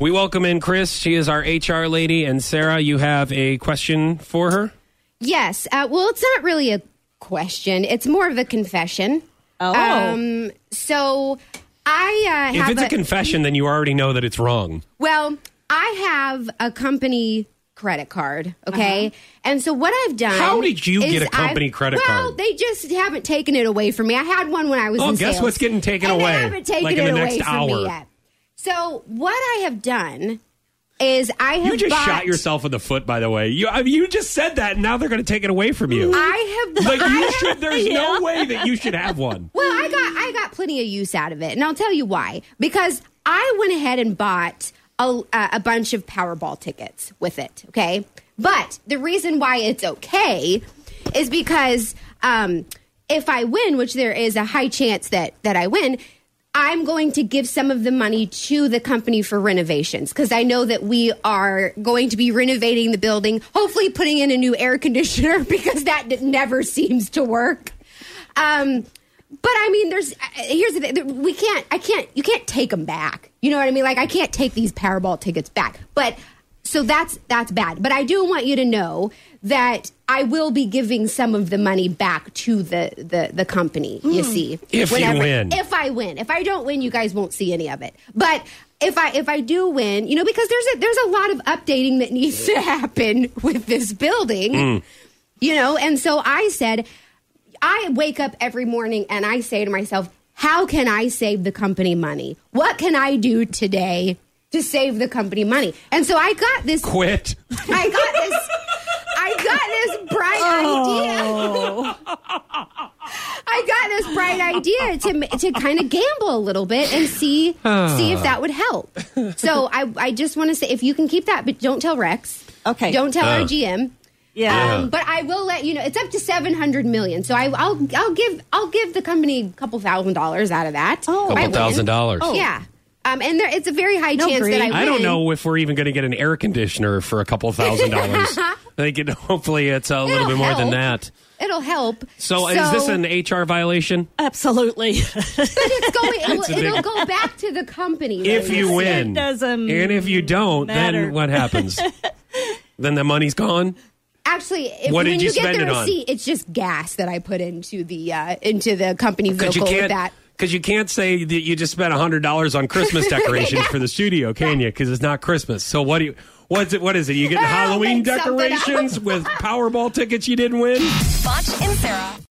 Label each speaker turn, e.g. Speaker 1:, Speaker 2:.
Speaker 1: We welcome in Chris. She is our HR lady. And Sarah, you have a question for her?
Speaker 2: Yes. Uh, well, it's not really a question. It's more of a confession.
Speaker 3: Oh.
Speaker 2: Um, so I uh,
Speaker 1: If
Speaker 2: have
Speaker 1: it's a confession, then you already know that it's wrong.
Speaker 2: well, I have a company credit card. Okay, and so what I've done.
Speaker 1: How did you
Speaker 2: is
Speaker 1: get a
Speaker 2: I've-
Speaker 1: company credit
Speaker 2: well,
Speaker 1: card?
Speaker 2: they just haven't taken it away from me. I had one when I was.
Speaker 1: Oh,
Speaker 2: in
Speaker 1: guess
Speaker 2: sales.
Speaker 1: what's getting taken
Speaker 2: And they
Speaker 1: away,
Speaker 2: haven't taken
Speaker 1: like in
Speaker 2: it
Speaker 1: the next
Speaker 2: away from me
Speaker 1: hour.
Speaker 2: yet. So what I have done is I have
Speaker 1: You just
Speaker 2: bought,
Speaker 1: shot yourself in the foot, by the way. You, I mean, you just said that, and now they're going to take it away from you.
Speaker 2: I have
Speaker 1: like
Speaker 2: I
Speaker 1: you
Speaker 2: have-
Speaker 1: should. There's no way that you should have one.
Speaker 2: Well, I got I got plenty of use out of it, and I'll tell you why. Because I went ahead and bought a, a bunch of Powerball tickets with it. Okay, but the reason why it's okay is because um, if I win, which there is a high chance that that I win. I'm going to give some of the money to the company for renovations because I know that we are going to be renovating the building, hopefully putting in a new air conditioner because that never seems to work. Um, but I mean, there's uh, here's the thing. We can't. I can't. You can't take them back. You know what I mean? Like I can't take these Powerball tickets back. But so that's that's bad. But I do want you to know that I will be giving some of the money back to the the, the company. You see,
Speaker 1: Hmm. If you win.
Speaker 2: If I win. If I don't win, you guys won't see any of it. But if I if I do win, you know, because there's a there's a lot of updating that needs to happen with this building.
Speaker 1: Hmm.
Speaker 2: You know, and so I said, I wake up every morning and I say to myself, how can I save the company money? What can I do today to save the company money? And so I got this,
Speaker 1: Quit.
Speaker 2: I got this, I got this bright idea. I got this bright idea to to kind of gamble a little bit and see see if that would help. So I I just want to say if you can keep that, but don't tell Rex.
Speaker 3: Okay.
Speaker 2: Don't tell
Speaker 1: Uh.
Speaker 2: our GM.
Speaker 3: Yeah.
Speaker 2: Um, but I will let you know it's up to seven hundred million. So I, I'll I'll give I'll give the company a couple thousand dollars out of that.
Speaker 3: Oh. Couple
Speaker 2: I win.
Speaker 1: thousand dollars. Oh.
Speaker 2: Yeah. Um, and there, it's a very high
Speaker 3: No
Speaker 2: chance
Speaker 3: greed.
Speaker 2: that I win.
Speaker 1: I don't know if we're even going to get an air conditioner for a couple thousand dollars. I think it, hopefully it's a little
Speaker 2: It'll
Speaker 1: bit more than
Speaker 2: help.
Speaker 1: that.
Speaker 2: It'll help.
Speaker 1: So, is this an
Speaker 2: But
Speaker 1: HR violation?
Speaker 3: Absolutely.
Speaker 2: it's going.
Speaker 1: It's a
Speaker 2: It'll,
Speaker 1: big-
Speaker 2: it'll go back to the company.
Speaker 1: If
Speaker 2: right?
Speaker 1: you
Speaker 3: It
Speaker 1: win,
Speaker 3: doesn't
Speaker 1: and if you don't,
Speaker 3: matter.
Speaker 1: then what happens? then the money's gone.
Speaker 2: actually, if,
Speaker 1: What did
Speaker 2: when
Speaker 1: you
Speaker 2: you, get
Speaker 1: spend
Speaker 2: the
Speaker 1: it on?
Speaker 2: receipt, it's just gas that I put into the uh, into the company
Speaker 1: Because
Speaker 2: vehicle
Speaker 1: you
Speaker 2: with
Speaker 1: can't.
Speaker 2: that.
Speaker 1: Because you can't say that you just spent hundred dollars on Christmas decorations for the studio, can you? Because it's not Christmas. So what do you? What's it? What is it? You getting
Speaker 2: I'll
Speaker 1: Halloween
Speaker 2: make something up.
Speaker 1: decorations with Powerball tickets you didn't win?
Speaker 4: Foch and Sarah.